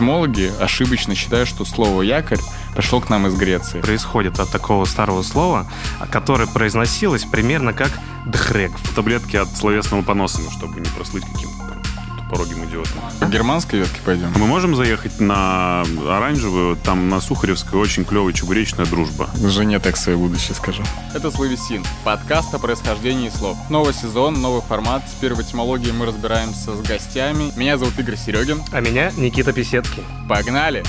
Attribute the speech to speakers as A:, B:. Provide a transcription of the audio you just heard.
A: Этимологи ошибочно считают, что слово «якорь» пришло к нам из Греции.
B: происходит от такого старого слова, которое произносилось примерно как дхрек.
C: Таблетки от словесного поноса, ну, чтобы не прослыть каким-то там порогим идиотом.
A: К германской ветке пойдем.
C: Мы можем заехать на Оранжевую, там на Сухаревской очень клевая чебуречная дружба.
A: Жене так свое будущее скажу. Это «Словесин» — подкаст о происхождении слов. Новый сезон, новый формат. С первой этимологией мы разбираемся с гостями. Меня зовут Игорь Серегин.
B: А меня Никита Песецкий.
A: Погнали!